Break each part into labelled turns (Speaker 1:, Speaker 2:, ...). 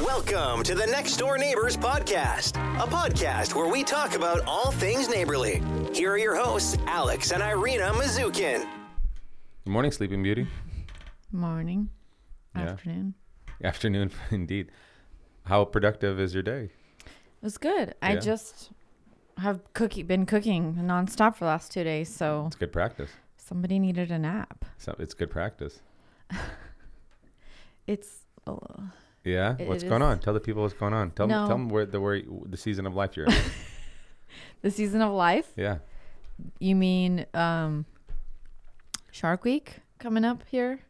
Speaker 1: Welcome to the Next Door Neighbors Podcast, a podcast where we talk about all things neighborly. Here are your hosts, Alex and Irina Mazukin.
Speaker 2: Good morning, Sleeping Beauty.
Speaker 3: Morning,
Speaker 2: Yeah.
Speaker 3: afternoon.
Speaker 2: Afternoon, indeed. How productive is your day?
Speaker 3: It was good. I
Speaker 2: Yeah.
Speaker 3: just have cookie been cooking nonstop for the last two days, so
Speaker 2: It's good practice.
Speaker 3: somebody needed a nap.
Speaker 2: So it's good practice.
Speaker 3: It's oh,
Speaker 2: Yeah.
Speaker 3: It-
Speaker 2: what's
Speaker 3: it
Speaker 2: going
Speaker 3: is.
Speaker 2: on? Tell the people what's going on. Tell them.
Speaker 3: No.
Speaker 2: Tell them where the where the season of life you're in.
Speaker 3: the season of life.
Speaker 2: yeah.
Speaker 3: You mean um, Shark Week coming up here?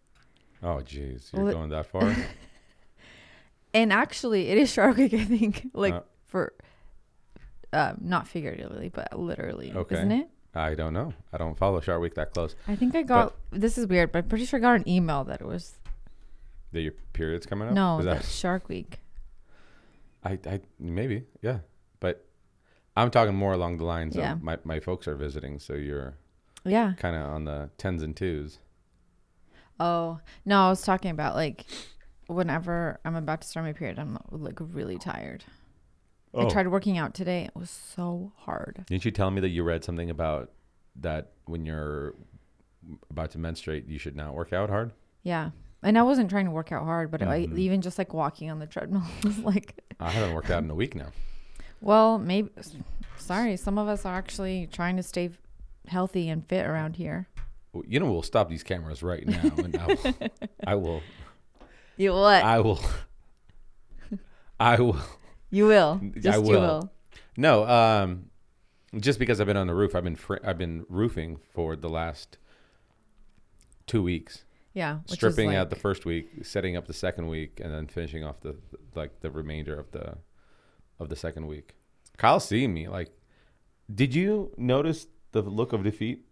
Speaker 2: Oh, jeez, you're
Speaker 3: Well, it-
Speaker 2: going that far.
Speaker 3: And actually, it is Shark Week. I think like
Speaker 2: Uh.
Speaker 3: for uh, not figuratively, but literally,
Speaker 2: Okay.
Speaker 3: isn't it?
Speaker 2: I don't know. I don't follow Shark Week that close.
Speaker 3: I think I got this is weird, but I'm pretty sure I got an email that it was
Speaker 2: That your period's coming up.
Speaker 3: no,
Speaker 2: Oh, Is that-
Speaker 3: that's Shark Week.
Speaker 2: I, I maybe yeah, but I'm talking more along the lines
Speaker 3: Yeah.
Speaker 2: of my my folks are visiting, so you're
Speaker 3: Yeah.
Speaker 2: kind of on the tens and twos.
Speaker 3: Oh no, I was talking about like whenever I'm about to start my period, I'm like really tired.
Speaker 2: Oh.
Speaker 3: I tried working out today; it was so hard.
Speaker 2: Didn't you tell me that you read something about that when you're about to menstruate, you should not work out hard?
Speaker 3: Yeah, and I wasn't trying to work out hard, but I,
Speaker 2: Mm-hmm.
Speaker 3: even just like walking on the treadmill was like,
Speaker 2: I haven't worked out in a week now.
Speaker 3: well, maybe. Sorry, some of us are actually trying to stay healthy and fit around here.
Speaker 2: Well, You know, we'll stop these cameras right now, and I will, I will,
Speaker 3: You what?
Speaker 2: I will, I will.
Speaker 3: you will.
Speaker 2: I
Speaker 3: Just you
Speaker 2: will.
Speaker 3: will.
Speaker 2: No, um, just because I've been on the roof, I've been fr- I've been roofing for the last two weeks,
Speaker 3: Yeah. which is,
Speaker 2: stripping out the
Speaker 3: like-
Speaker 2: first week, setting up the second week, and then finishing off the like the remainder of the of the second week. Kyle's seeing me. Like, did you notice the look of defeat?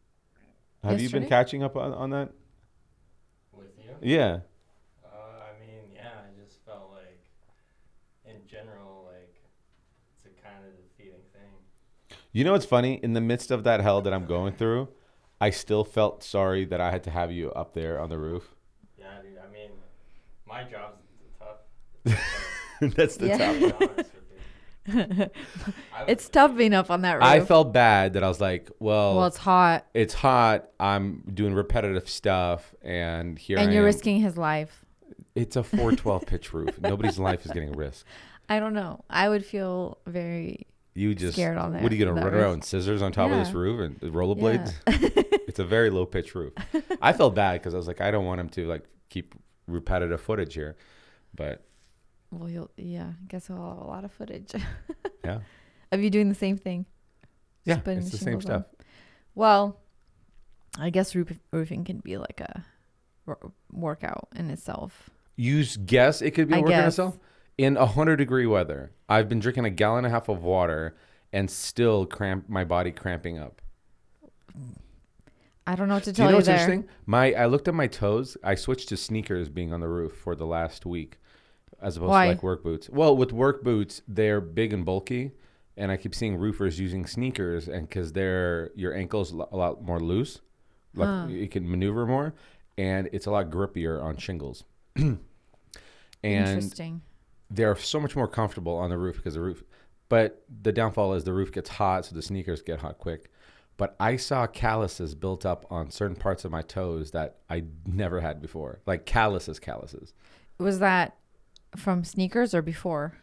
Speaker 2: Have you
Speaker 3: Yesterday?
Speaker 2: been catching up on, on that?
Speaker 4: With you?
Speaker 2: Yeah.
Speaker 4: Uh, I mean, yeah, I just felt like, in general, like, it's a kind of defeating thing.
Speaker 2: You know what's funny? In the midst of that hell that I'm going through, I still felt sorry that I had to have you up there on the roof.
Speaker 4: Yeah, dude, I mean, my job's t- tough,
Speaker 2: That's the
Speaker 3: Yeah.
Speaker 2: top.
Speaker 4: to be honest with you. I was,
Speaker 3: It's tough being up on that roof.
Speaker 2: I felt bad that I was like, well,
Speaker 3: well, it's
Speaker 2: it's,
Speaker 3: hot,
Speaker 2: hot. I'm doing repetitive stuff, and here
Speaker 3: and
Speaker 2: I
Speaker 3: you're
Speaker 2: am.
Speaker 3: risking his life.
Speaker 2: It's a 412 pitch roof. Nobody's life is getting risked.
Speaker 3: I don't know. I would feel very
Speaker 2: You just
Speaker 3: Scared on
Speaker 2: what are you
Speaker 3: that-
Speaker 2: gonna
Speaker 3: that
Speaker 2: run
Speaker 3: roof.
Speaker 2: around with scissors on top of this
Speaker 3: Yeah.
Speaker 2: roof and rollerblades? it's a very low pitch roof. I felt bad because I was like, I don't want him to like keep repetitive footage here, but
Speaker 3: well. You'll, yeah, I guess I'll have a lot of footage
Speaker 2: yeah,
Speaker 3: of you doing the same thing.
Speaker 2: yeah,
Speaker 3: Just putting
Speaker 2: it's the same
Speaker 3: shingles on.
Speaker 2: stuff.
Speaker 3: Well, I guess roof, roofing can be like a wor- workout in itself.
Speaker 2: You s- guess it could be
Speaker 3: I
Speaker 2: working
Speaker 3: guess.
Speaker 2: itself in a hundred degree weather. I've been drinking a gallon and a half of water and still cramp my body cramping up.
Speaker 3: I don't know what to
Speaker 2: Do you
Speaker 3: tell
Speaker 2: know
Speaker 3: you,
Speaker 2: what's
Speaker 3: there.
Speaker 2: interesting? My I looked at my toes. I switched to sneakers being on the roof for the last week, as opposed
Speaker 3: Why?
Speaker 2: to like work boots. Well, with work boots, they're big and bulky, and I keep seeing roofers using sneakers, and because they're your ankles lo- a lot more loose, like you can maneuver more, and it's a lot grippier on shingles. and
Speaker 3: Interesting.
Speaker 2: they're so much more comfortable on the roof because the roof but the downfall is the roof gets hot so the sneakers get hot quick but i saw calluses built up on certain parts of my toes that i never had before like calluses calluses
Speaker 3: Was that from sneakers or before?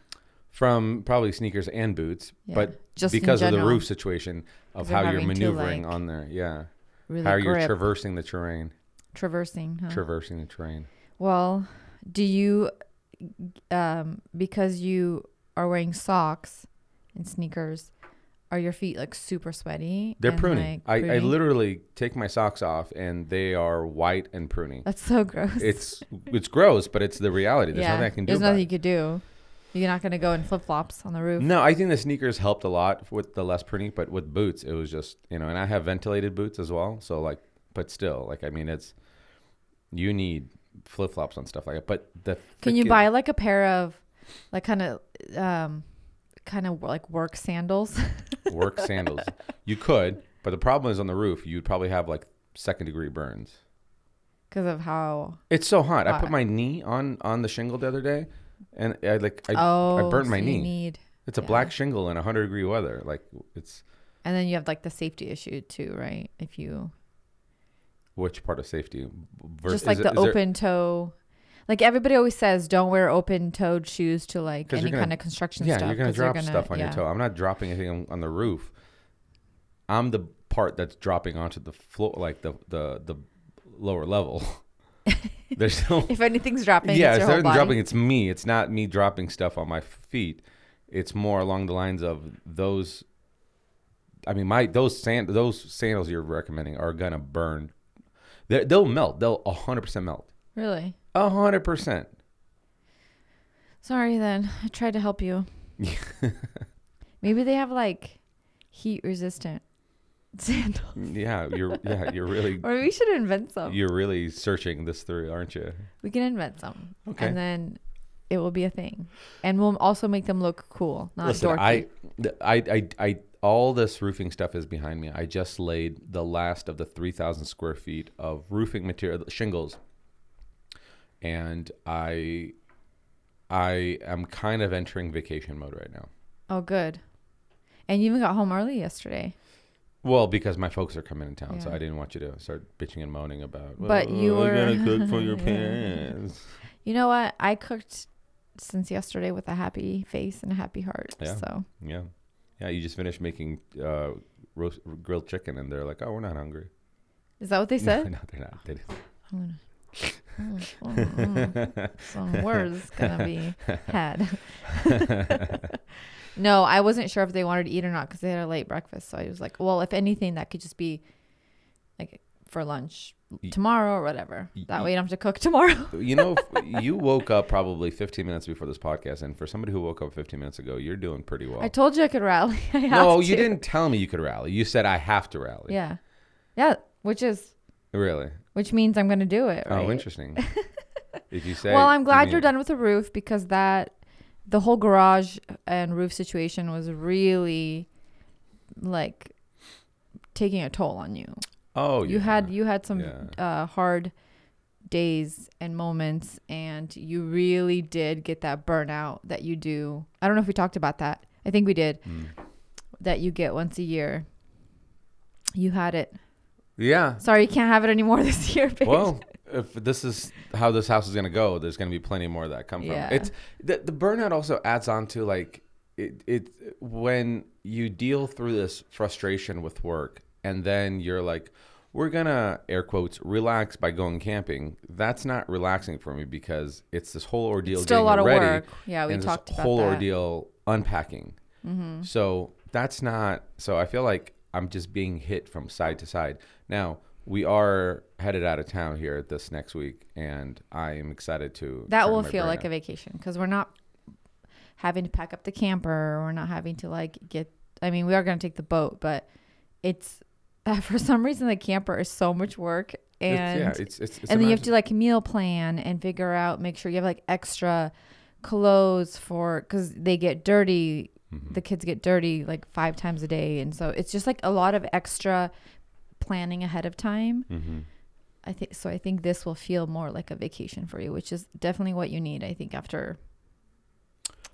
Speaker 2: from probably sneakers and boots
Speaker 3: Yeah.
Speaker 2: but
Speaker 3: Just in
Speaker 2: because of the
Speaker 3: general.
Speaker 2: roof situation of
Speaker 3: 'Cause you're
Speaker 2: how you're
Speaker 3: having to,
Speaker 2: maneuvering
Speaker 3: like,
Speaker 2: on there yeah
Speaker 3: Really
Speaker 2: how you're
Speaker 3: grip Uh-huh.
Speaker 2: traversing the terrain
Speaker 3: traversing. Huh?
Speaker 2: traversing the terrain
Speaker 3: well, do you um because you are wearing socks and sneakers? Are your feet like super sweaty?
Speaker 2: they're
Speaker 3: and,
Speaker 2: pruning.
Speaker 3: like,
Speaker 2: I, I
Speaker 3: pruning?
Speaker 2: literally take my socks off and they are white and pruny
Speaker 3: That's so gross.
Speaker 2: it's it's gross, but it's the reality. There's nothing I can do.
Speaker 3: There's
Speaker 2: about
Speaker 3: nothing you
Speaker 2: it.
Speaker 3: could do. You're not gonna go in flip flops on the roof.
Speaker 2: No, I think the sneakers helped a lot with the less printing, but with boots, it was just you know, and I have ventilated boots as well. So like, but still, like I mean, it's you need flip flops and stuff like that. But the
Speaker 3: Can you
Speaker 2: frickin-
Speaker 3: buy like a pair of, like kind of, um, kind of like work sandals?
Speaker 2: work sandals? You could, but the problem is on the roof. You'd probably have like second degree burns.
Speaker 3: Because of how
Speaker 2: It's so hot. I put
Speaker 3: Hot.
Speaker 2: my knee on on the shingle the other day. and I like I,
Speaker 3: oh,
Speaker 2: I burned my
Speaker 3: so you
Speaker 2: knee.
Speaker 3: Need,
Speaker 2: it's a
Speaker 3: yeah.
Speaker 2: black shingle in 100 degree weather. Like it's
Speaker 3: And then you have like the safety issue too, right? If you
Speaker 2: which part of safety? Vers-
Speaker 3: just like
Speaker 2: is
Speaker 3: the
Speaker 2: it- is there-
Speaker 3: open toe, like everybody always says, don't wear open toed shoes to like
Speaker 2: 'Cause you're
Speaker 3: any
Speaker 2: gonna-
Speaker 3: kind of construction
Speaker 2: yeah,
Speaker 3: stuff.
Speaker 2: you're gonna
Speaker 3: 'cause they're
Speaker 2: drop stuff on your
Speaker 3: yeah.
Speaker 2: toe. I'm not dropping anything on, on the roof. I'm the part that's dropping onto the floor, like the the the lower level. There's no
Speaker 3: If anything's dropping,
Speaker 2: yeah, it's
Speaker 3: it's your whole
Speaker 2: not
Speaker 3: body.
Speaker 2: dropping. It's me. It's not me dropping stuff on my feet. It's more along the lines of those. I mean, my those sand those sandals you're recommending are gonna burn. They're, they'll melt. They'll hundred percent melt.
Speaker 3: Really?
Speaker 2: hundred percent.
Speaker 3: Sorry then. I tried to help you. Maybe they have like heat resistant sandals.
Speaker 2: Yeah, you're yeah you're really
Speaker 3: Or we should invent some.
Speaker 2: you're really searching this through, aren't you?
Speaker 3: We can invent some.
Speaker 2: Okay.
Speaker 3: And then it will be a thing. And we'll also make them look cool, not dorky.
Speaker 2: I, th- I, I, I, all this roofing stuff is behind me. I just laid the last of the 3,000 square feet of roofing material, shingles. And I, I am kind of entering vacation mode right now.
Speaker 3: oh, good. And you even got home early yesterday.
Speaker 2: Well, because my folks are coming in town, so
Speaker 3: Yeah.
Speaker 2: I didn't want you to start bitching and moaning about.
Speaker 3: But you
Speaker 2: "Well, I
Speaker 3: were-
Speaker 2: gotta cook for your
Speaker 3: Yeah.
Speaker 2: parents.
Speaker 3: You know what? I cooked since yesterday with a happy face and a happy heart.
Speaker 2: Yeah.
Speaker 3: So
Speaker 2: Yeah, yeah. You just finished making uh, roast grilled chicken, and they're like, "Oh, we're not hungry."
Speaker 3: is that what they
Speaker 2: No,
Speaker 3: said?
Speaker 2: no, they're not. They didn't.
Speaker 3: I'm gonna- Mm, mm, mm. some words gonna be had. no, I wasn't sure if they wanted to eat or not because they had a late breakfast. So I was like, well, if anything, that could just be like for lunch
Speaker 2: Y-
Speaker 3: tomorrow or whatever. That
Speaker 2: y-
Speaker 3: way you don't have to cook tomorrow.
Speaker 2: You know, if you woke up probably 15 minutes before this podcast, and for somebody who woke up 15 minutes ago, you're doing pretty well.
Speaker 3: I told you I could rally. I have
Speaker 2: no, you
Speaker 3: to.
Speaker 2: didn't tell me you could rally. You said I have to rally.
Speaker 3: Yeah, yeah, which is
Speaker 2: Really?
Speaker 3: which means I'm gonna do it. Right?
Speaker 2: Oh, interesting. if you say.
Speaker 3: Well, I'm glad
Speaker 2: you
Speaker 3: you're
Speaker 2: mean-
Speaker 3: done with the roof because that the whole garage and roof situation was really like taking a toll on you.
Speaker 2: Oh,
Speaker 3: you
Speaker 2: yeah.
Speaker 3: had you had some
Speaker 2: Yeah.
Speaker 3: uh, hard days and moments and you really did get that burnout that you do i don't know if we talked about that i think we did
Speaker 2: Hmm.
Speaker 3: that you get once a year you had it
Speaker 2: Yeah.
Speaker 3: sorry you can't have it anymore this year babe.
Speaker 2: Well, if this is how this house is going to go, there's going to be plenty more that come from.
Speaker 3: Yeah.
Speaker 2: It's the, the burnout also adds on to like it, it when you deal through this frustration with work and then you're like we're going to air quotes relax by going camping. That's not relaxing for me because it's this whole ordeal
Speaker 3: Still a
Speaker 2: getting
Speaker 3: lot of
Speaker 2: ready
Speaker 3: work. Yeah, we
Speaker 2: and this
Speaker 3: talked about
Speaker 2: whole
Speaker 3: that.
Speaker 2: ordeal unpacking.
Speaker 3: Mm-hmm.
Speaker 2: So that's not. So I feel like I'm just being hit from side to side. Now we are headed out of town here this next week, and I am excited to.
Speaker 3: that
Speaker 2: turn
Speaker 3: will
Speaker 2: my
Speaker 3: feel
Speaker 2: brain
Speaker 3: like
Speaker 2: on.
Speaker 3: a vacation because we're not having to pack up the camper we're not having to like get i mean we are going to take the boat but it's for some reason the camper is so much work and
Speaker 2: It's, yeah, it's it's. it's
Speaker 3: and then you have
Speaker 2: imagine-
Speaker 3: to like meal plan and figure out make sure you have like extra clothes for because they get dirty
Speaker 2: Mm-hmm.
Speaker 3: the kids get dirty like five times a day and so it's just like a lot of extra planning ahead of time
Speaker 2: Mm-hmm.
Speaker 3: i think so i think this will feel more like a vacation for you which is definitely what you need i think after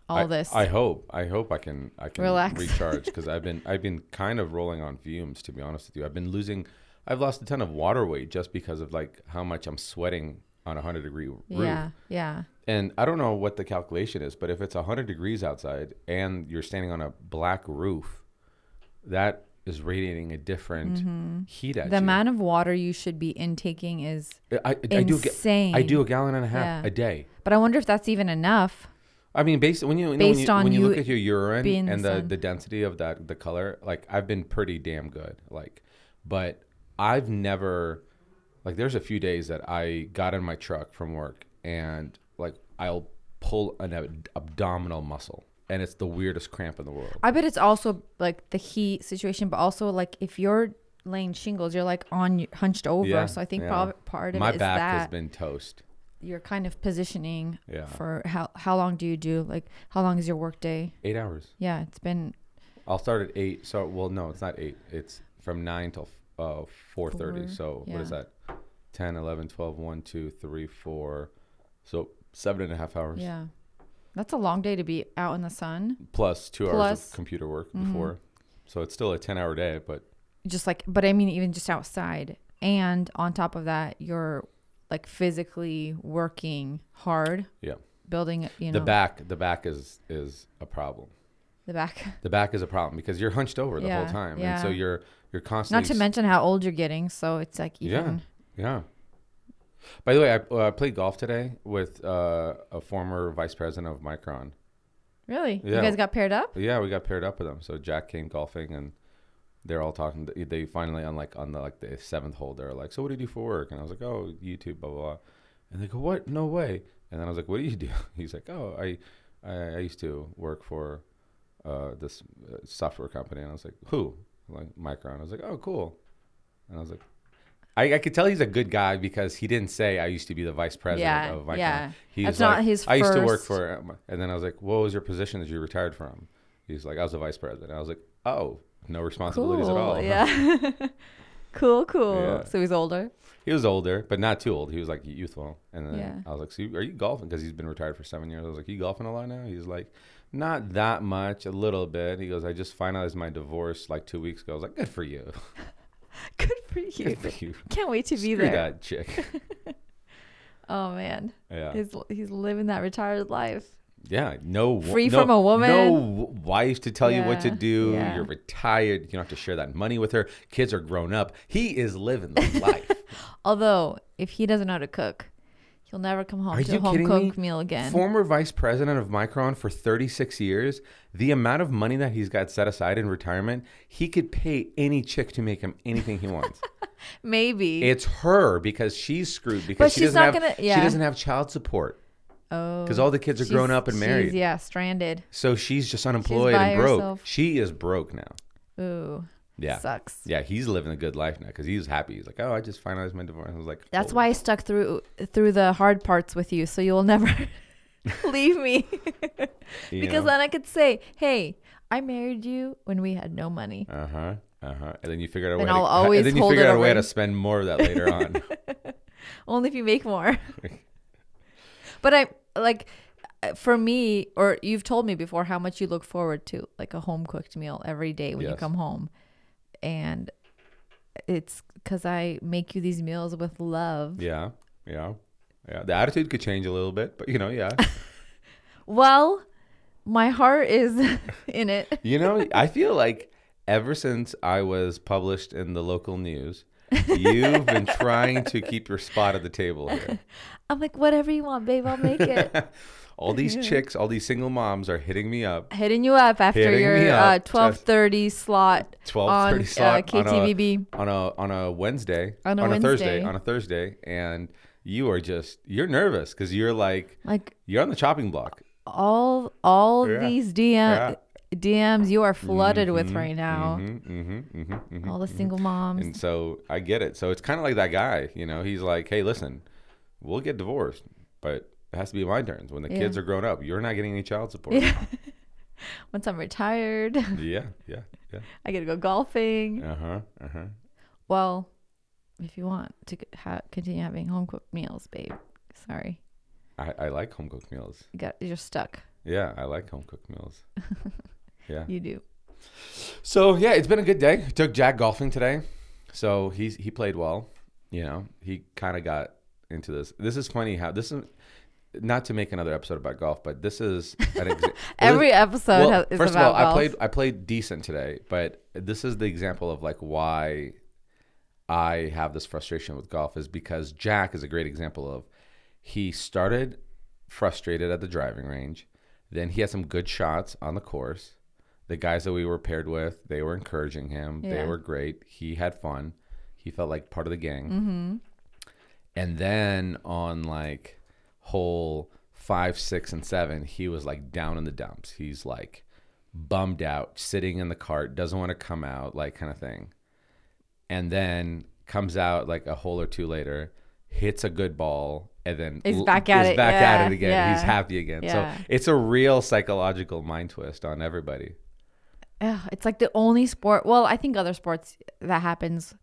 Speaker 3: all
Speaker 2: I-
Speaker 3: this
Speaker 2: I hope. I hope I can. I can
Speaker 3: Relax.
Speaker 2: recharge because I've been. I've been kind of rolling on fumes. To be honest with you, I've been losing. I've lost a ton of water weight just because of like how much I'm sweating on a hundred degree roof.
Speaker 3: yeah yeah
Speaker 2: And I don't know what the calculation is, but if it's 100 degrees outside and you're standing on a black roof, that is radiating a different heat at
Speaker 3: Mm-hmm. the
Speaker 2: you.
Speaker 3: amount of water you should be intaking is
Speaker 2: I, I, I do a ga- I
Speaker 3: insane.
Speaker 2: do a gallon and a half
Speaker 3: Yeah.
Speaker 2: a day.
Speaker 3: but i wonder if that's even enough
Speaker 2: I mean, based when you, you know,
Speaker 3: Based
Speaker 2: when you,
Speaker 3: on
Speaker 2: when you,
Speaker 3: you
Speaker 2: look at your urine
Speaker 3: being in the
Speaker 2: and the,
Speaker 3: sun.
Speaker 2: the density of that the color, like I've been pretty damn good. Like, but I've never like there's a few days that I got in my truck from work and like I'll pull an ab- abdominal muscle and it's the weirdest cramp in the world.
Speaker 3: I bet it's also like the heat situation, but also like if you're laying shingles, you're like on hunched over. so I think
Speaker 2: yeah.
Speaker 3: prob- part of
Speaker 2: my
Speaker 3: it is
Speaker 2: back has
Speaker 3: that
Speaker 2: been toast.
Speaker 3: you're kind of positioning
Speaker 2: Yeah.
Speaker 3: for how how long do you do like how long is your work day?
Speaker 2: Eight hours.
Speaker 3: Yeah, it's been
Speaker 2: I'll start at eight. So well, no, it's not eight. It's from nine till uh, four thirty.
Speaker 3: Four,
Speaker 2: So what is
Speaker 3: yeah.
Speaker 2: that? 10, 11, 12, 1, 2, 3, 4. So seven and a half hours.
Speaker 3: yeah. That's a long day to be out in the sun.
Speaker 2: plus two hours
Speaker 3: Plus- Mm-hmm.
Speaker 2: of computer work before. So it's still a 10 hour day, but
Speaker 3: Just like, but I mean, even just outside. And on top of that, you're like physically working hard,
Speaker 2: yeah.
Speaker 3: building, you know,
Speaker 2: The back, the back is is a problem.
Speaker 3: The back.
Speaker 2: The back is a problem because you're hunched over the
Speaker 3: Yeah,
Speaker 2: whole time, and so
Speaker 3: yeah.
Speaker 2: you're you're constantly
Speaker 3: Not to mention how old you're getting. So it's like, even.
Speaker 2: Yeah, yeah. By the way, I, uh, I played golf today with uh, a former vice president of Micron.
Speaker 3: Really?
Speaker 2: Yeah.
Speaker 3: You guys got paired up?
Speaker 2: Yeah, we got paired up with them. So Jack came golfing, and they're all talking. They- They finally on like on the like the seventh hole, they're like, "So what do you do for work?" And I was like, "Oh, YouTube, blah blah." blah. And they go, "What? No way!" And then I was like, "What do you do?" He's like, "Oh, I I, I used to work for uh, this uh, software company." And I was like, "Who?" Like Micron. I was like, "Oh, cool." And I was like. I, I could tell he's a good guy because he didn't say I used to be the vice president
Speaker 3: Yeah,
Speaker 2: of Micron.
Speaker 3: yeah.
Speaker 2: He
Speaker 3: That's
Speaker 2: was like,
Speaker 3: not his
Speaker 2: I used to work
Speaker 3: first-
Speaker 2: for for it. And then I was like, what was your position that you retired from? He's like, I was a vice president. I was like, oh, no responsibilities at all.
Speaker 3: Yeah. cool, cool.
Speaker 2: Yeah.
Speaker 3: So he's older.
Speaker 2: He was older, but not too old. He was like youthful. And then
Speaker 3: Yeah.
Speaker 2: I was like, so you- are you golfing? Because he's been retired for seven years. I was like, you golfing a lot now? He's like, not that much, a little bit. He goes, I just finalized my divorce like two weeks ago. I was like, good for you.
Speaker 3: Good for you.
Speaker 2: Good for you.
Speaker 3: Can't wait to be
Speaker 2: Screw
Speaker 3: there.
Speaker 2: that chick.
Speaker 3: Oh man,
Speaker 2: Yeah.
Speaker 3: he's he's living that retired life.
Speaker 2: Yeah, no. wo-
Speaker 3: Free
Speaker 2: no-
Speaker 3: from a woman.
Speaker 2: No w- wife to tell you what to
Speaker 3: Yeah,
Speaker 2: do.
Speaker 3: yeah.
Speaker 2: You're retired. You don't have to share that money with her. Kids are grown up. He is living the life.
Speaker 3: Although, if he doesn't know how to cook, he'll never come home
Speaker 2: Are
Speaker 3: to
Speaker 2: you
Speaker 3: a home
Speaker 2: kidding
Speaker 3: cooked
Speaker 2: me?
Speaker 3: meal again.
Speaker 2: Former vice president of Micron for 36 years. The amount of money that he's got set aside in retirement, he could pay any chick to make him anything he wants.
Speaker 3: Maybe.
Speaker 2: it's her because she's screwed because she
Speaker 3: she's
Speaker 2: doesn't
Speaker 3: not
Speaker 2: have
Speaker 3: gonna-
Speaker 2: she
Speaker 3: yeah.
Speaker 2: doesn't have child support
Speaker 3: oh,
Speaker 2: because all the kids are
Speaker 3: she's-
Speaker 2: grown up and
Speaker 3: she's,
Speaker 2: married.
Speaker 3: Yeah, stranded.
Speaker 2: So she's just unemployed
Speaker 3: by
Speaker 2: and broke.
Speaker 3: herself.
Speaker 2: She is broke now.
Speaker 3: Ooh,
Speaker 2: Yeah.
Speaker 3: sucks.
Speaker 2: Yeah, he's living a good life now because he's happy. He's like, oh, I just finalized my divorce. I was like,
Speaker 3: That's
Speaker 2: oh.
Speaker 3: why I stuck through through the hard parts with you, so you'll never leave me.
Speaker 2: You
Speaker 3: because
Speaker 2: know?
Speaker 3: then I could say, "Hey, I married you when we had no money."
Speaker 2: Uh huh. Uh huh. And then you figure out a way.
Speaker 3: And
Speaker 2: to,
Speaker 3: I'll always
Speaker 2: And then you
Speaker 3: hold
Speaker 2: figure
Speaker 3: it
Speaker 2: out a way
Speaker 3: over.
Speaker 2: to spend more of that later on.
Speaker 3: only if you make more. but I like uh, for me, or you've told me before how much you look forward to like a home cooked meal every day when you
Speaker 2: Yes.
Speaker 3: come home, and it's because I make you these meals with love.
Speaker 2: yeah. Yeah. Yeah. The attitude could change a little bit, but you know, yeah.
Speaker 3: Well, my heart is in it.
Speaker 2: You know, I feel like ever since I was published in the local news, you've been trying to keep your spot at the table here.
Speaker 3: I'm like, whatever you want, babe, I'll make it.
Speaker 2: All these chicks, all these single moms are hitting me up.
Speaker 3: Hitting you up after
Speaker 2: Hitting me
Speaker 3: your
Speaker 2: up,
Speaker 3: uh,
Speaker 2: just-
Speaker 3: 12:30 slot
Speaker 2: 12:30
Speaker 3: on
Speaker 2: slot
Speaker 3: uh, KTVB.
Speaker 2: on a on a Wednesday
Speaker 3: On a
Speaker 2: Thursday
Speaker 3: Wednesday.
Speaker 2: on a Thursday and you are just you're nervous because you're like
Speaker 3: like
Speaker 2: you're on the chopping block
Speaker 3: all all
Speaker 2: Yeah.
Speaker 3: these DM
Speaker 2: Yeah.
Speaker 3: DMs you are flooded
Speaker 2: Mm-hmm.
Speaker 3: with right now.
Speaker 2: hmm hmm hmm
Speaker 3: All the single moms.
Speaker 2: and so I get it so it's kind of like that guy you know he's like hey listen we'll get divorced but it has to be my turns when the
Speaker 3: Yeah.
Speaker 2: kids are grown up you're not getting any child support yeah
Speaker 3: Once I'm retired,
Speaker 2: yeah yeah,
Speaker 3: I get to go golfing.
Speaker 2: uh huh uh huh
Speaker 3: Well, if you want to c- ha- continue having home cooked meals, babe. Sorry,
Speaker 2: I, I like home cooked meals
Speaker 3: you got you're stuck.
Speaker 2: yeah I like home cooked meals yeah
Speaker 3: You do.
Speaker 2: So yeah, it's been a good day. Took Jack golfing today, so he's he played well. You know, he kind of got into this. This is funny how this is not to make another episode about golf, but this is an exa-
Speaker 3: Every episode
Speaker 2: Well,
Speaker 3: has, is
Speaker 2: first of all,
Speaker 3: about golf.
Speaker 2: I played I played decent today, but this is the example of like why I have this frustration with golf is because Jack is a great example of he started frustrated at the driving range, then he had some good shots on the course. The guys that we were paired with, they were encouraging him. They
Speaker 3: Yeah.
Speaker 2: were great. He had fun. He felt like part of the gang. And then on like hole five, six, and seven, he was like down in the dumps. He's like bummed out, sitting in the cart, doesn't want to come out, like kind of thing. And then comes out like a hole or two later, hits a good ball, and then
Speaker 3: He's
Speaker 2: l-
Speaker 3: back at
Speaker 2: is
Speaker 3: it.
Speaker 2: back at
Speaker 3: Yeah,
Speaker 2: it again. He's
Speaker 3: yeah.
Speaker 2: happy again.
Speaker 3: Yeah.
Speaker 2: So it's a real psychological mind twist on everybody.
Speaker 3: Ugh, it's like the only sport. Well, I think other sports that happens,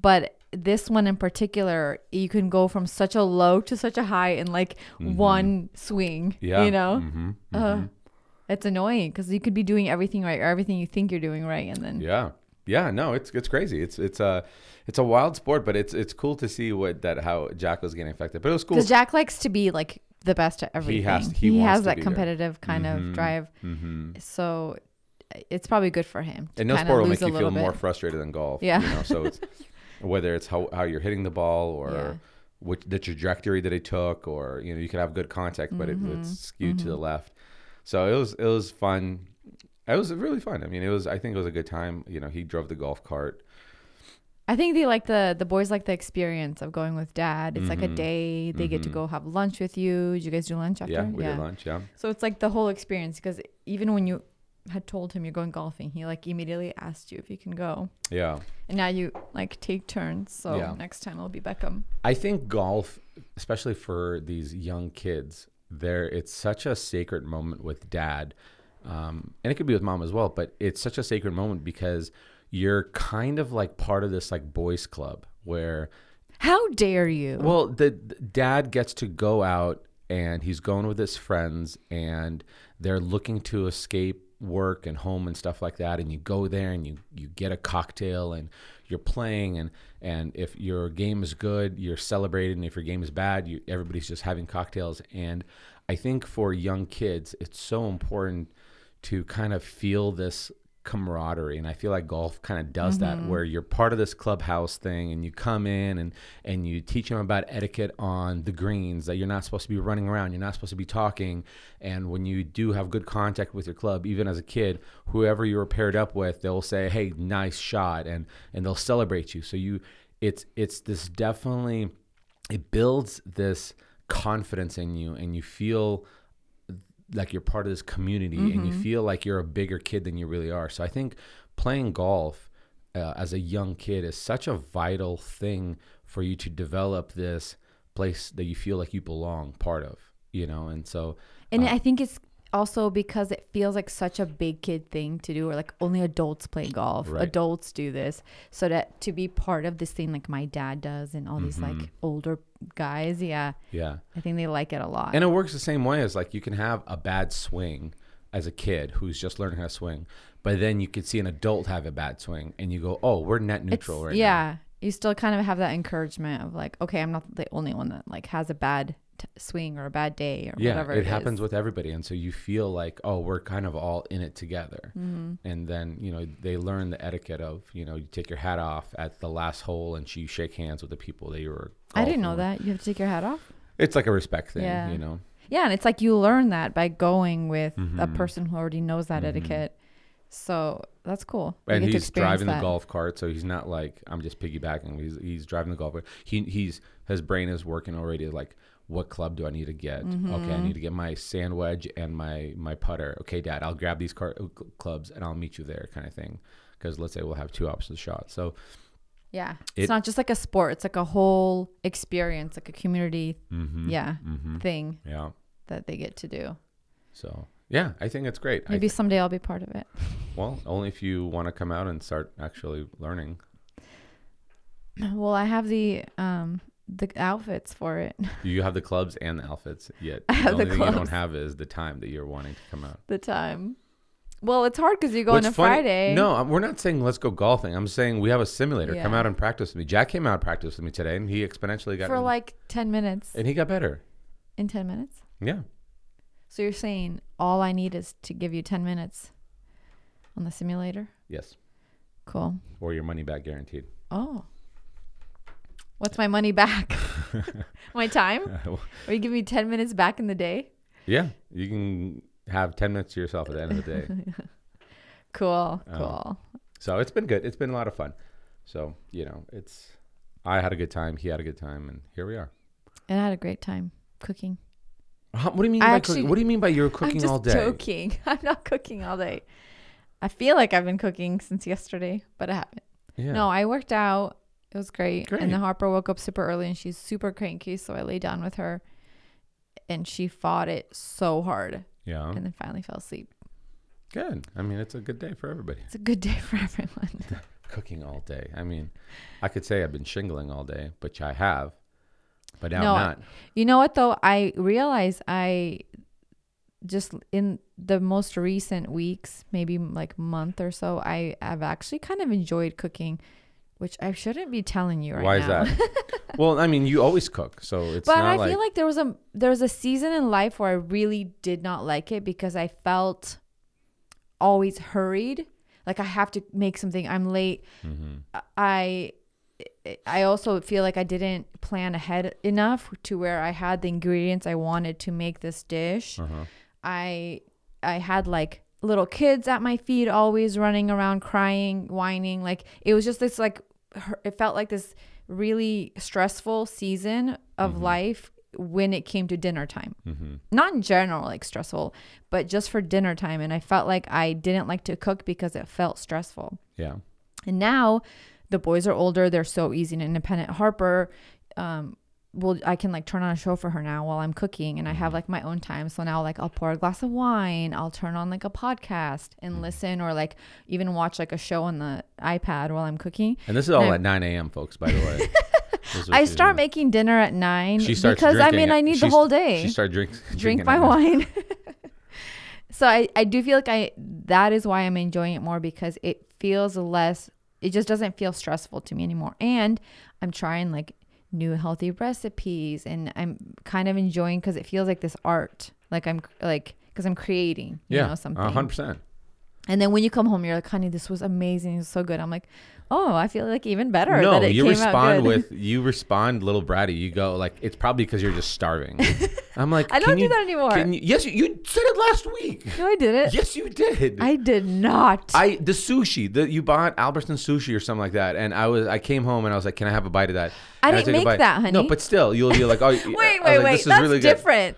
Speaker 3: but this one in particular, you can go from such a low to such a high in like one swing.
Speaker 2: Mm-hmm. Yeah.
Speaker 3: You know?
Speaker 2: Mm-hmm.
Speaker 3: Ugh. it's annoying because you could be doing everything right or everything you think you're doing right. And then,
Speaker 2: Yeah. Yeah, no, it's it's crazy. It's it's a it's a wild sport, but it's it's cool to see what that how Jack was getting affected. But it was cool.
Speaker 3: because Jack likes to be like the best at everything.
Speaker 2: has to- he wants
Speaker 3: has
Speaker 2: to
Speaker 3: that
Speaker 2: be there. Mm-hmm.
Speaker 3: competitive kind of drive. So it's probably good for him. to
Speaker 2: and no
Speaker 3: kinda
Speaker 2: sport will
Speaker 3: lose
Speaker 2: make
Speaker 3: a
Speaker 2: you feel
Speaker 3: little
Speaker 2: more
Speaker 3: bit.
Speaker 2: frustrated than golf.
Speaker 3: Yeah.
Speaker 2: You know, so it's whether it's how, how you're hitting the ball or
Speaker 3: Yeah.
Speaker 2: which the trajectory that it took, or you know, you could have good contact, but
Speaker 3: Mm-hmm.
Speaker 2: it, it's skewed to the left. So it was it was fun. It was really fun. I mean, it was. I think it was a good time. You know, he drove the golf cart.
Speaker 3: I think they like the the boys like the experience of going with dad. It's like
Speaker 2: Mm-hmm.
Speaker 3: a day. They get to go have lunch with you. Did you guys do lunch after?
Speaker 2: Yeah, we did lunch. Yeah,
Speaker 3: So it's like the whole experience because even when you had told him you're going golfing, he like immediately asked you if you can go.
Speaker 2: yeah.
Speaker 3: And now you like take turns. So
Speaker 2: Yeah.
Speaker 3: next time it'll be Beckham.
Speaker 2: I think golf, especially for these young kids, there it's such a sacred moment with dad, um, and it could be with mom as well. But it's such a sacred moment because you're kind of like part of this like boys club where
Speaker 3: How dare you?
Speaker 2: well, the, the dad gets to go out and he's going with his friends and they're looking to escape work and home and stuff like that and you go there and you you get a cocktail and you're playing and and if your game is good you're celebrating and if your game is bad you everybody's just having cocktails and i think for young kids it's so important to kind of feel this camaraderie and i feel like golf kind of does that where you're part of this clubhouse thing and you come in and and you teach them about etiquette on the greens that you're not supposed to be running around you're not supposed to be talking and when you do have good contact with your club even as a kid whoever you were paired up with they'll say hey nice shot and and they'll celebrate you so you it's it's this definitely it builds this confidence in you and you feel like you're part of this community and you
Speaker 3: Mm-hmm.
Speaker 2: feel like you're a bigger kid than you really are. So I think playing golf uh, as a young kid is such a vital thing for you to develop this place that you feel like you belong part of, you know? And so,
Speaker 3: and I think it's also because it feels like such a big kid thing to do or like only adults play golf.
Speaker 2: Right.
Speaker 3: Adults do this. So that to be part of this thing like my dad does and all these like
Speaker 2: Mm-hmm.
Speaker 3: older guys, yeah.
Speaker 2: yeah.
Speaker 3: I think they like it a lot.
Speaker 2: And it works the same way as like you can have a bad swing as a kid who's just learning how to swing, but then you could see an adult have a bad swing and you go, oh, we're net
Speaker 3: It's-
Speaker 2: neutral right now.
Speaker 3: yeah you still kind of have that encouragement of like okay i'm not the only one that like has a bad t- swing or a bad day or
Speaker 2: yeah,
Speaker 3: whatever
Speaker 2: it,
Speaker 3: is.
Speaker 2: happens with everybody, and so you feel like, oh, we're kind of all in it together.
Speaker 3: Mm-hmm.
Speaker 2: And then you know they learn the etiquette of you know you take your hat off at the last hole and you shake hands with the people that you were.
Speaker 3: i
Speaker 2: golfing
Speaker 3: didn't know
Speaker 2: with.
Speaker 3: that you have to take your hat off
Speaker 2: It's like a respect thing,
Speaker 3: Yeah.
Speaker 2: you know.
Speaker 3: yeah and it's like you learn that by going with a
Speaker 2: Mm-hmm.
Speaker 3: person who already knows that etiquette so that's cool You
Speaker 2: And
Speaker 3: get to
Speaker 2: he's
Speaker 3: experience
Speaker 2: driving the
Speaker 3: that.
Speaker 2: golf cart, so he's not like I'm just piggybacking. He's he's driving the golf cart. He he's his brain is working already. Like, what club do I need to get?
Speaker 3: Mm-hmm.
Speaker 2: Okay, I need to get my sand wedge and my my putter. Okay, Dad, I'll grab these car- cl- clubs and I'll meet you there, kind of thing. Because let's say we'll have two options shots. So
Speaker 3: yeah
Speaker 2: It-
Speaker 3: it's not just like a sport it's like a whole experience like a community
Speaker 2: Mm-hmm.
Speaker 3: yeah thing
Speaker 2: yeah,
Speaker 3: that they get to do
Speaker 2: so yeah, I think it's great. I,
Speaker 3: maybe someday i'll be part of it
Speaker 2: well, only if you want to come out and start actually learning.
Speaker 3: well i have the um the outfits for it
Speaker 2: You have the clubs and the outfits yet.
Speaker 3: have
Speaker 2: the only
Speaker 3: the
Speaker 2: thing you don't
Speaker 3: clubs.
Speaker 2: have is the time that you're wanting to come out.
Speaker 3: the time. Well, it's hard because you go
Speaker 2: What's
Speaker 3: on a
Speaker 2: funny-
Speaker 3: Friday.
Speaker 2: No, I'm- we're not saying let's go golfing. I'm saying we have a simulator. Come
Speaker 3: Yeah.
Speaker 2: out and practice with me. Jack came out and practiced with me today, and he exponentially got
Speaker 3: for like ten minutes.
Speaker 2: and he got better.
Speaker 3: In ten minutes.
Speaker 2: Yeah,
Speaker 3: So you're saying all I need is to give you ten minutes on the simulator.
Speaker 2: yes,
Speaker 3: Cool.
Speaker 2: or your money back guaranteed.
Speaker 3: Oh, what's my money back? my time? Or you give me ten minutes back in the day?
Speaker 2: yeah, you can have ten minutes to yourself at the end of the day.
Speaker 3: Cool.
Speaker 2: Oh.
Speaker 3: Cool.
Speaker 2: so it's been good. It's been a lot of fun. So you know, it's I had a good time. He had a good time, and here we are.
Speaker 3: And I had a great time cooking.
Speaker 2: How- what do you mean?
Speaker 3: I
Speaker 2: by
Speaker 3: actually-
Speaker 2: cooking? What do you mean by you're cooking
Speaker 3: I'm just
Speaker 2: all day?
Speaker 3: joking. I'm not cooking all day. I feel like I've been cooking since yesterday, but I haven't.
Speaker 2: Yeah.
Speaker 3: No, I worked out. It was great.
Speaker 2: Great.
Speaker 3: And then Harper woke up super early and she's super cranky. So I lay down with her and she fought it so hard
Speaker 2: Yeah.
Speaker 3: and then finally fell asleep.
Speaker 2: Good. I mean, it's a good day for everybody.
Speaker 3: It's a good day for everyone.
Speaker 2: cooking all day. I mean, I could say I've been shingling all day, which I have, but now
Speaker 3: No,
Speaker 2: I'm not.
Speaker 3: You know what though? I realize I just in the most recent weeks, maybe like month or so, I have actually kind of enjoyed cooking, which I shouldn't be telling you right
Speaker 2: Why
Speaker 3: now.
Speaker 2: is that? well, I mean, you always cook, so it's
Speaker 3: But
Speaker 2: not
Speaker 3: I
Speaker 2: like,
Speaker 3: feel like there was a there was a season in life where I really did not like it because I felt always hurried. Like I have to make something. I'm late.
Speaker 2: Mm-hmm.
Speaker 3: I I also feel like I didn't plan ahead enough to where I had the ingredients I wanted to make this dish. I I had like little kids at my feet always running around crying, whining. Like it was just this like hur- it felt like this really stressful season of life when it came to dinner time. Not in general like stressful, but just for dinner time and I felt like I didn't like to cook because it felt stressful.
Speaker 2: yeah.
Speaker 3: And now the boys are older. They're so easy and independent. Harper, um, will I can like turn on a show for her now while I'm cooking and I
Speaker 2: Mm-hmm.
Speaker 3: have like my own time. So now like I'll pour a glass of wine, I'll turn on like a podcast
Speaker 2: Mm-hmm.
Speaker 3: and listen or like even watch like a show on the iPad while I'm cooking.
Speaker 2: And this is all
Speaker 3: No.
Speaker 2: at 9 a.m., folks. By the way, This is what
Speaker 3: I
Speaker 2: she's
Speaker 3: start
Speaker 2: doing.
Speaker 3: making dinner at nine
Speaker 2: She starts
Speaker 3: because I
Speaker 2: drinking
Speaker 3: mean
Speaker 2: at-
Speaker 3: I need the
Speaker 2: she's-
Speaker 3: whole day
Speaker 2: She started drink,
Speaker 3: drink
Speaker 2: drinking
Speaker 3: my
Speaker 2: at nine.
Speaker 3: wine. so I, I do feel like I that is why I'm enjoying it more because it feels less it just doesn't feel stressful to me anymore. And I'm trying like new healthy recipes and I'm kind of enjoying cuz it feels like this art. Like I'm like cuz I'm creating, you
Speaker 2: Yeah,
Speaker 3: know, something.
Speaker 2: 100. percent
Speaker 3: And then when you come home you're like, "Honey, this was amazing. It was so good." I'm like, "Oh, I feel like even better
Speaker 2: No,
Speaker 3: that it
Speaker 2: you
Speaker 3: came out
Speaker 2: respond
Speaker 3: good."
Speaker 2: with you respond, little bratty. You go like it's probably because you're just starving. I'm like
Speaker 3: I don't
Speaker 2: "Can
Speaker 3: do
Speaker 2: you-
Speaker 3: that anymore."
Speaker 2: can you- yes, you, you said it last week.
Speaker 3: no, I did it.
Speaker 2: yes, you did.
Speaker 3: I did not.
Speaker 2: I the sushi that you bought Albertson sushi or something like that, and I was I came home and I was like, can I have a bite of that?
Speaker 3: I
Speaker 2: And
Speaker 3: didn't
Speaker 2: took a
Speaker 3: make
Speaker 2: bite.
Speaker 3: that,
Speaker 2: No,
Speaker 3: honey.
Speaker 2: but still, you'll be like, oh, wait,
Speaker 3: wait, wait, wait. That's different.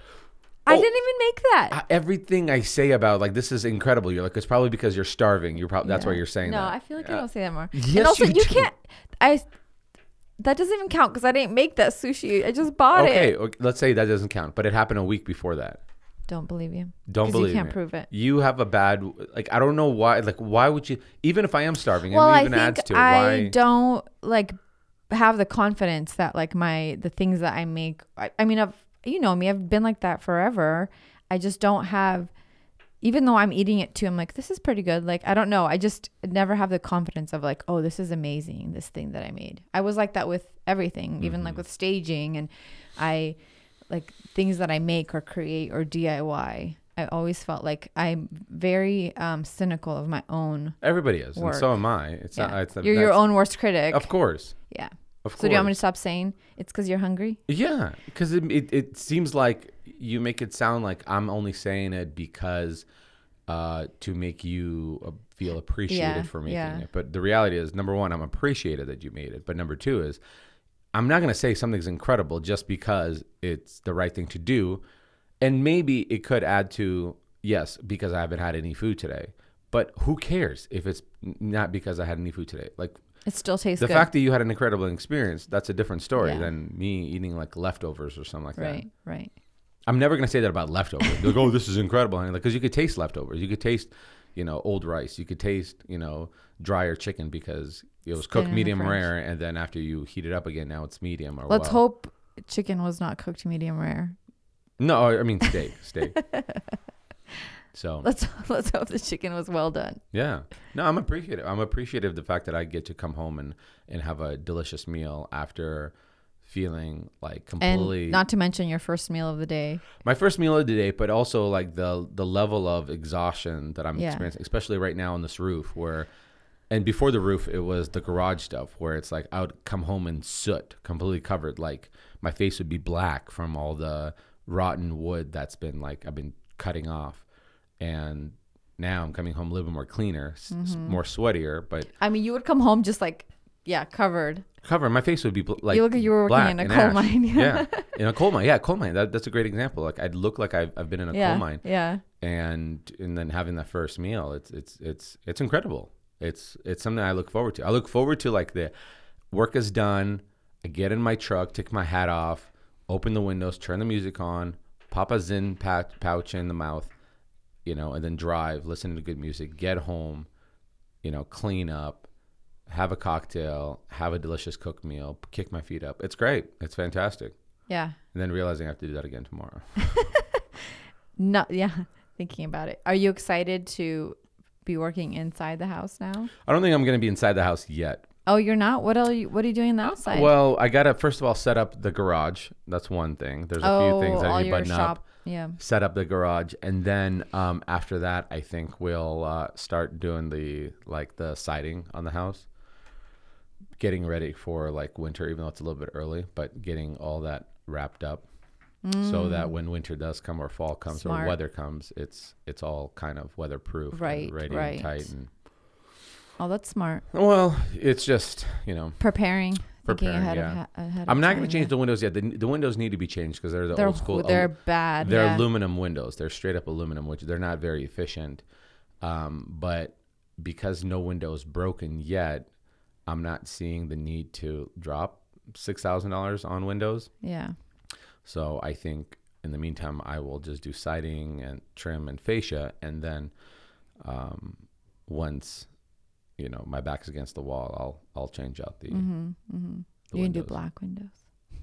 Speaker 3: I
Speaker 2: Oh.
Speaker 3: didn't even make that.
Speaker 2: I- everything I say about like this is incredible. You're like it's probably because you're starving. You're probably that's why
Speaker 3: Yeah.
Speaker 2: you're saying
Speaker 3: no,
Speaker 2: that.
Speaker 3: I feel like you don't say that more.
Speaker 2: Yes,
Speaker 3: and also,
Speaker 2: you
Speaker 3: you,
Speaker 2: do.
Speaker 3: can't. I that doesn't even count because I didn't make that sushi. I just bought
Speaker 2: okay,
Speaker 3: it.
Speaker 2: okay, let's say that doesn't count, but it happened a week before that.
Speaker 3: Don't believe you.
Speaker 2: Don't
Speaker 3: 'Cause
Speaker 2: believe
Speaker 3: you can't
Speaker 2: me.
Speaker 3: prove it.
Speaker 2: You have a bad like I don't know why like why would you even if I am starving
Speaker 3: Well,
Speaker 2: and it
Speaker 3: I
Speaker 2: even adds
Speaker 3: think
Speaker 2: to it
Speaker 3: I
Speaker 2: why
Speaker 3: don't like have the confidence that like my the things that I make. I, I mean, I've you know me. I've been like that forever. I just don't have. Even though I'm eating it too, I'm like, this is pretty good. Like, I don't know. I just never have the confidence of like, oh, this is amazing. This thing that I made. I was like that with everything, even
Speaker 2: Mm-hmm.
Speaker 3: like with staging and I like things that I make or create or DIY. I always felt like I'm very um, cynical of my own
Speaker 2: everybody is and
Speaker 3: Work.
Speaker 2: so am I. It's
Speaker 3: yeah.
Speaker 2: not Uh, it's
Speaker 3: you're your
Speaker 2: that's-
Speaker 3: own worst critic.
Speaker 2: Of course.
Speaker 3: Yeah.
Speaker 2: Of
Speaker 3: so
Speaker 2: course.
Speaker 3: do you want me to stop saying it's because you're hungry?
Speaker 2: Yeah, because it, it it seems like you make it sound like I'm only saying it because uh, to make you uh, feel appreciated
Speaker 3: Yeah,
Speaker 2: for making
Speaker 3: yeah.
Speaker 2: it. But the reality is, number one, I'm appreciated that you made it. But number two is, I'm not gonna say something's incredible just because it's the right thing to do, and maybe it could add to yes because I haven't had any food today. But who cares if it's n- not because I had any food today? Like
Speaker 3: It still tastes
Speaker 2: the
Speaker 3: good.
Speaker 2: fact that you had an incredible experience that's a different story
Speaker 3: Yeah.
Speaker 2: than me eating like leftovers or something like
Speaker 3: right,
Speaker 2: that
Speaker 3: right.
Speaker 2: i'm never going to say that about leftovers like oh this is incredible and like because you could taste leftovers you could taste you know old rice you could taste you know drier chicken because it was
Speaker 3: been in
Speaker 2: cooked
Speaker 3: the
Speaker 2: medium
Speaker 3: fridge.
Speaker 2: rare and then after you heat it up again now it's medium Oh, or
Speaker 3: Let's
Speaker 2: well.
Speaker 3: hope chicken was not cooked medium rare.
Speaker 2: no i mean steak steak so
Speaker 3: Let's let's hope the chicken was well done.
Speaker 2: Yeah. No, I'm appreciative. I'm appreciative of the fact that I get to come home and, and have a delicious meal after feeling like
Speaker 3: And
Speaker 2: completely
Speaker 3: not to mention your first meal of the day.
Speaker 2: my first meal of the day, but also like the the level of exhaustion that I'm
Speaker 3: Yeah.
Speaker 2: experiencing, especially right now on this roof where and before the roof it was the garage stuff where it's like I would come home in soot, completely covered, like my face would be black from all the rotten wood that's been like I've been cutting off. And now I'm coming home a little bit more cleaner, s- s-
Speaker 3: Mm-hmm.
Speaker 2: more sweatier, but
Speaker 3: I mean, you would come home just like yeah, covered.
Speaker 2: cover my face would be bl- like
Speaker 3: You look like you were working
Speaker 2: black
Speaker 3: in a
Speaker 2: and
Speaker 3: coal
Speaker 2: ash.
Speaker 3: mine,
Speaker 2: yeah
Speaker 3: yeah.
Speaker 2: in a coal mine yeah coal mine that, that's a great example like i'd look like i've, I've been in a
Speaker 3: Yeah,
Speaker 2: coal mine
Speaker 3: yeah.
Speaker 2: and and then having that first meal it's it's it's it's incredible it's it's something i look forward to i look forward to like the work is done i get in my truck take my hat off open the windows turn the music on pop a zin pouch, pouch in the mouth you know and then drive listen to good music get home you know clean up have a cocktail, have a delicious cooked meal, kick my feet up. It's great. It's fantastic.
Speaker 3: Yeah.
Speaker 2: And then realizing I have to do that again tomorrow.
Speaker 3: Not yeah. Thinking about it. Are you excited to be working inside the house now?
Speaker 2: I don't think I'm going to be inside the house yet.
Speaker 3: Oh, you're not. What are you? What are you doing on the outside?
Speaker 2: Uh, Well, I got to first of all set up the garage. That's one thing. There's a
Speaker 3: oh,
Speaker 2: few things I
Speaker 3: all
Speaker 2: need to
Speaker 3: your
Speaker 2: button
Speaker 3: shop.
Speaker 2: up.
Speaker 3: Yeah.
Speaker 2: Set up the garage, and then um, after that, I think we'll uh, start doing the like the siding on the house, getting ready for like winter. Even though it's a little bit early, but getting all that wrapped up so that when winter does come or fall comes
Speaker 3: Mm. Smart.
Speaker 2: or weather comes, it's it's all kind of weatherproof,
Speaker 3: Right,
Speaker 2: and ready
Speaker 3: right.
Speaker 2: and tight. And
Speaker 3: Oh, that's smart.
Speaker 2: well, it's just you know.
Speaker 3: Preparing. thinking
Speaker 2: Preparing,
Speaker 3: ahead of
Speaker 2: yeah.
Speaker 3: ha- ahead of
Speaker 2: I'm not going
Speaker 3: time,
Speaker 2: to change
Speaker 3: yeah.
Speaker 2: the windows yet. The, the windows need to be changed because they're the
Speaker 3: They're
Speaker 2: old school.
Speaker 3: they're
Speaker 2: alu-
Speaker 3: bad.
Speaker 2: they're
Speaker 3: yeah.
Speaker 2: aluminum windows. They're straight up aluminum, which they're not very efficient. Um, but because no window is broken yet, I'm not seeing the need to drop six thousand dollars on windows.
Speaker 3: yeah.
Speaker 2: So I think in the meantime, I will just do siding and trim and fascia, and then um, once you know my back's against the wall, I'll I'll change out the. the
Speaker 3: you can do
Speaker 2: windows.
Speaker 3: black windows.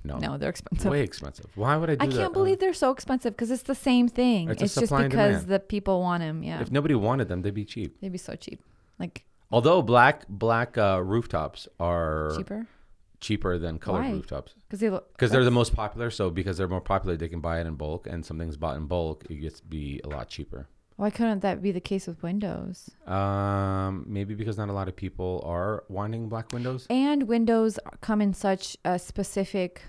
Speaker 2: No,
Speaker 3: Mm-hmm. No, they're expensive.
Speaker 2: way expensive. Why would I do
Speaker 3: I
Speaker 2: that?
Speaker 3: can't
Speaker 2: Oh.
Speaker 3: believe they're so expensive because it's the same thing. It's,
Speaker 2: It's a
Speaker 3: just
Speaker 2: supply and
Speaker 3: because
Speaker 2: demand.
Speaker 3: the people want them. Yeah,
Speaker 2: If nobody wanted them, they'd be cheap.
Speaker 3: they'd be so cheap, like
Speaker 2: Although black black uh, rooftops are
Speaker 3: cheaper
Speaker 2: cheaper than colored
Speaker 3: Why?
Speaker 2: rooftops
Speaker 3: because they look.
Speaker 2: because they're the most popular. So because they're more popular, they can buy it in bulk, and something's bought in bulk, it gets to be a lot cheaper.
Speaker 3: Why couldn't that be the case with windows?
Speaker 2: Um, maybe because not a lot of people are wanting black windows.
Speaker 3: And windows are- come in such a specific,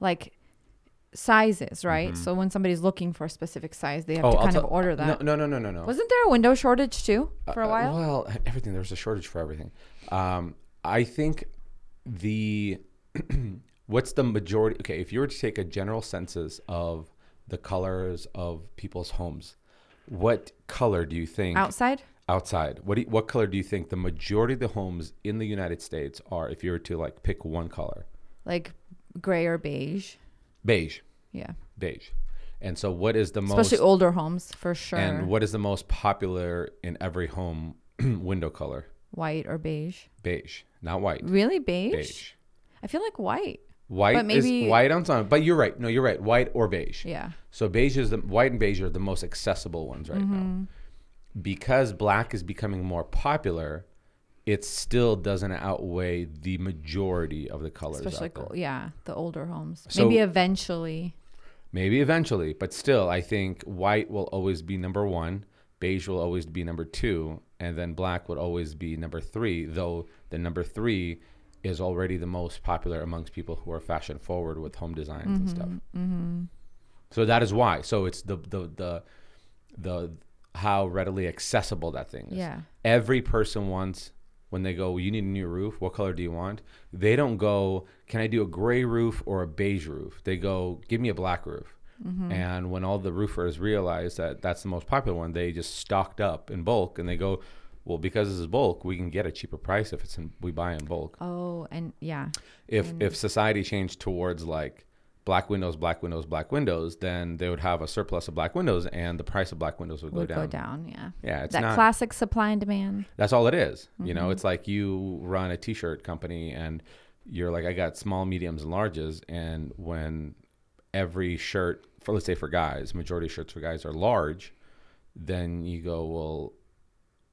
Speaker 3: like, sizes, right? So when somebody's looking for a specific size, they have to
Speaker 2: Mm-hmm. Oh, I'll
Speaker 3: kind of
Speaker 2: tell-
Speaker 3: order that.
Speaker 2: No, no, no, no, no, no.
Speaker 3: Wasn't there a window shortage too for a
Speaker 2: Uh,
Speaker 3: while?
Speaker 2: well, everything. There was a shortage for everything. Um, I think the what's the majority? Okay, if you were to take a general census of the colors of people's homes, what color do you think
Speaker 3: Outside,
Speaker 2: outside? What do you, what color do you think the majority of the homes in the United States are? If you were to like pick one color,
Speaker 3: like gray or beige.
Speaker 2: beige,
Speaker 3: Yeah,
Speaker 2: beige. And so, what is the most
Speaker 3: especially older homes for sure.
Speaker 2: and what is the most popular in every home window color?
Speaker 3: white or beige?
Speaker 2: Beige, not white.
Speaker 3: Really beige?
Speaker 2: Beige.
Speaker 3: I feel like white.
Speaker 2: White
Speaker 3: But maybe-
Speaker 2: is white on time, but you're right. No, you're right. White or beige.
Speaker 3: Yeah.
Speaker 2: So beige is the white and beige are the most accessible ones right now.
Speaker 3: Mm-hmm.
Speaker 2: Because black is becoming more popular, it still doesn't outweigh the majority of the colors. out
Speaker 3: especially like,
Speaker 2: there.
Speaker 3: o- yeah the older homes
Speaker 2: So-
Speaker 3: maybe eventually
Speaker 2: Maybe eventually, but still, I think white will always be number one, beige will always be number two, and then black would always be number three, though the number three is already the most popular amongst people who are fashion forward with home designs
Speaker 3: Mm-hmm.
Speaker 2: and stuff. So that is why. So it's the, the, the, the, how readily accessible that thing is.
Speaker 3: Yeah.
Speaker 2: Every person wants, when they go, you need a new roof, what color do you want? They don't go, can I do a gray roof or a beige roof? They go, give me a black roof. And when all the roofers realize that that's the most popular one, they just stocked up in bulk and they go, well, because this is bulk, we can get a cheaper price if it's in, we buy in bulk.
Speaker 3: oh and yeah
Speaker 2: If
Speaker 3: Mm-hmm.
Speaker 2: if society changed towards like black windows, black windows, black windows, then they would have a surplus of black windows and the price of black windows would go
Speaker 3: would
Speaker 2: down.
Speaker 3: go down yeah
Speaker 2: Yeah, it's
Speaker 3: that
Speaker 2: not-
Speaker 3: classic supply and demand
Speaker 2: That's all it is. You
Speaker 3: Mm-hmm.
Speaker 2: know, it's like you run a t-shirt company and you're like, I got small, mediums, and larges. And when every shirt, for let's say for guys, majority of shirts for guys are large, then you go, well,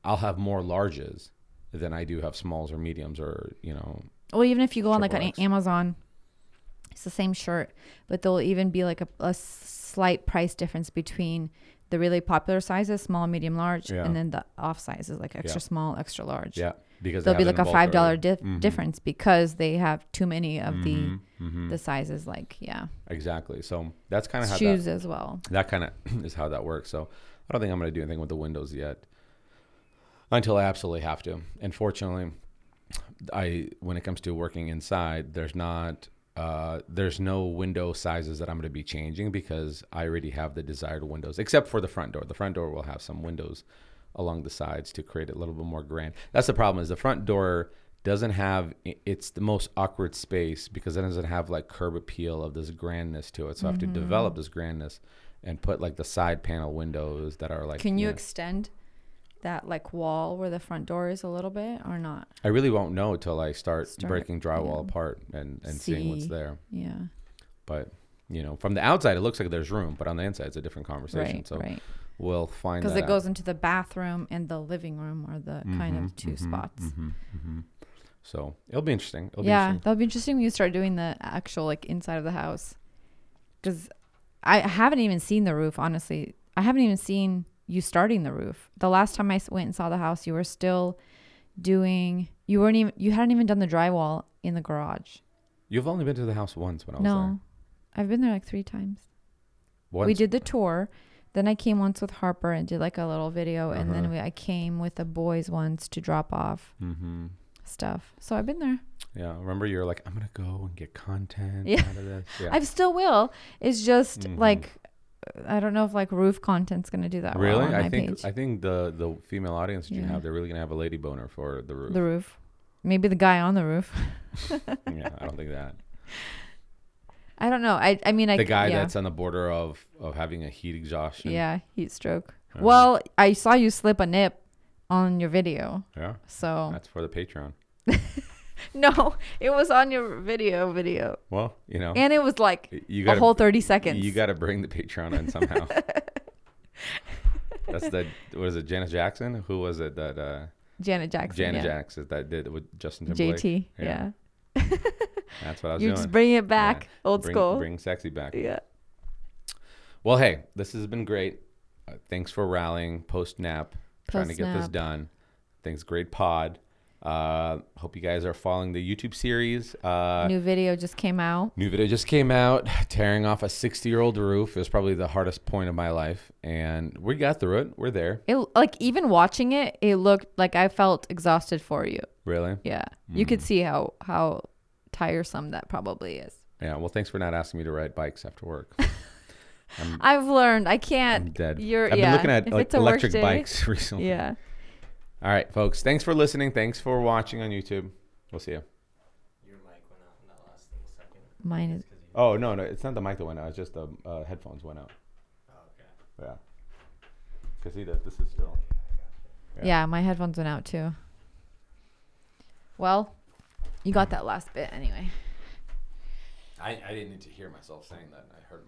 Speaker 2: I'll have more larges than I do have smalls or mediums or you know.
Speaker 3: well even if you go on like
Speaker 2: Triple
Speaker 3: on
Speaker 2: X.
Speaker 3: amazon it's the same shirt but there'll even be like a, a slight price difference between the really popular sizes small medium large
Speaker 2: Yeah.
Speaker 3: and then the off sizes like extra
Speaker 2: Yeah.
Speaker 3: small extra large
Speaker 2: Yeah, because they
Speaker 3: there'll be
Speaker 2: have
Speaker 3: like
Speaker 2: it in
Speaker 3: a
Speaker 2: bulk
Speaker 3: five dollar
Speaker 2: already. Mm-hmm.
Speaker 3: dif- difference because they have too many of the the sizes like yeah
Speaker 2: Exactly. So that's kind of how Mm-hmm. that
Speaker 3: shoes as well
Speaker 2: that kind of is how that works. So I don't think I'm going to do anything with the windows yet until I absolutely have to. And fortunately, I when it comes to working inside, there's not uh, there's no window sizes that I'm going to be changing because I already have the desired windows, except for the front door. The front door will have some windows along the sides to create it a little bit more grand. That's the problem is the front door doesn't have i- it's the most awkward space because it doesn't have like curb appeal of this grandness to it. So I have to
Speaker 3: Mm-hmm.
Speaker 2: develop this grandness and put like the side panel windows that are like
Speaker 3: Can you
Speaker 2: yeah.
Speaker 3: extend that like wall where the front door is a little bit or not?
Speaker 2: I really won't know till I start,
Speaker 3: Start,
Speaker 2: breaking drywall
Speaker 3: yeah.
Speaker 2: apart and, and seeing what's
Speaker 3: See.
Speaker 2: there.
Speaker 3: Yeah.
Speaker 2: But you know, from the outside, it looks like there's room, but on the inside, it's a different conversation.
Speaker 3: Right.
Speaker 2: so
Speaker 3: right.
Speaker 2: we'll find
Speaker 3: Because
Speaker 2: that
Speaker 3: it
Speaker 2: out.
Speaker 3: goes into the bathroom and the living room are the kind
Speaker 2: Mm-hmm,
Speaker 3: of 2 spots.
Speaker 2: So it'll be interesting. It'll
Speaker 3: yeah,
Speaker 2: be interesting.
Speaker 3: that'll be interesting when you start doing the actual like inside of the house, because I haven't even seen the roof. Honestly, I haven't even seen you starting the roof. The last time I s- went and saw the house, you were still doing. You weren't even. You hadn't even done the drywall in the garage.
Speaker 2: You've only been to the house once when I was there.
Speaker 3: No, I've been there like three times.
Speaker 2: Once.
Speaker 3: We did the tour. Then I came once with Harper and did like a little video, and
Speaker 2: Uh-huh.
Speaker 3: then we, I came with the boys once to drop off
Speaker 2: Mm-hmm.
Speaker 3: stuff. So I've been there.
Speaker 2: Yeah, remember you're like, I'm gonna go and get content
Speaker 3: Yeah.
Speaker 2: out of this. Yeah,
Speaker 3: I still will. It's just
Speaker 2: Mm-hmm.
Speaker 3: like uh, I don't know if like roof content's gonna do that.
Speaker 2: really.
Speaker 3: Well on
Speaker 2: I
Speaker 3: my
Speaker 2: think
Speaker 3: page.
Speaker 2: I think the the female audience that you
Speaker 3: Yeah.
Speaker 2: have, they're really gonna have a lady boner for the roof.
Speaker 3: the roof, maybe the guy on the roof.
Speaker 2: yeah, I don't think that
Speaker 3: I don't know. I I mean I
Speaker 2: the guy
Speaker 3: yeah.
Speaker 2: that's on the border of of having a heat exhaustion.
Speaker 3: yeah heat stroke.
Speaker 2: Uh-huh.
Speaker 3: Well, I saw you slip a nip on your video.
Speaker 2: yeah,
Speaker 3: So
Speaker 2: that's for the Patreon.
Speaker 3: no, it was on your video video,
Speaker 2: Well, you know,
Speaker 3: and it was like
Speaker 2: Oh. you
Speaker 3: a
Speaker 2: got
Speaker 3: whole thirty seconds.
Speaker 2: You got to bring the Patreon in somehow. That's the what is it? Janet Jackson? Who was it that uh,
Speaker 3: Janet Jackson.
Speaker 2: Janet
Speaker 3: yeah.
Speaker 2: Jackson that did it with Justin Timberlake?
Speaker 3: JT.
Speaker 2: Yeah.
Speaker 3: Yeah,
Speaker 2: That's what I was
Speaker 3: you
Speaker 2: doing.
Speaker 3: just bring it back,
Speaker 2: Yeah.
Speaker 3: old
Speaker 2: bring,
Speaker 3: school.
Speaker 2: Bring sexy back.
Speaker 3: Yeah.
Speaker 2: Well, hey, this has been great. Uh, thanks for rallying post nap, trying to get this
Speaker 3: Post-nap.
Speaker 2: done. Thanks, great pod. Uh, hope you guys are following the YouTube series. Uh,
Speaker 3: New video just came out.
Speaker 2: New video just came out. Tearing off a 60 year old roof is probably the hardest point of my life. And we got through it. We're there.
Speaker 3: It like even watching it, it looked like I felt exhausted for you.
Speaker 2: Really?
Speaker 3: Yeah. You
Speaker 2: Mm.
Speaker 3: could see how how tiresome that probably is.
Speaker 2: Yeah. Well, thanks for not asking me to ride bikes after work.
Speaker 3: I've learned I can't.
Speaker 2: I'm dead.
Speaker 3: You're,
Speaker 2: I've been
Speaker 3: yeah.
Speaker 2: looking at
Speaker 3: If
Speaker 2: like
Speaker 3: it's a work
Speaker 2: electric
Speaker 3: day-
Speaker 2: bikes recently.
Speaker 3: Yeah.
Speaker 2: All right, folks. Thanks for listening. Thanks for watching on YouTube. We'll see you.
Speaker 4: Your mic went out in that last little second.
Speaker 3: Mine is.
Speaker 4: Cause you,
Speaker 2: Oh no, no, it's not the mic that went out. It's just the uh, headphones went out.
Speaker 4: oh, okay.
Speaker 2: Yeah. Cause see that this is still. Yeah.
Speaker 3: Yeah. my headphones went out too. Well, you got that last bit anyway.
Speaker 2: I, I didn't need to hear myself saying that. I heard myself.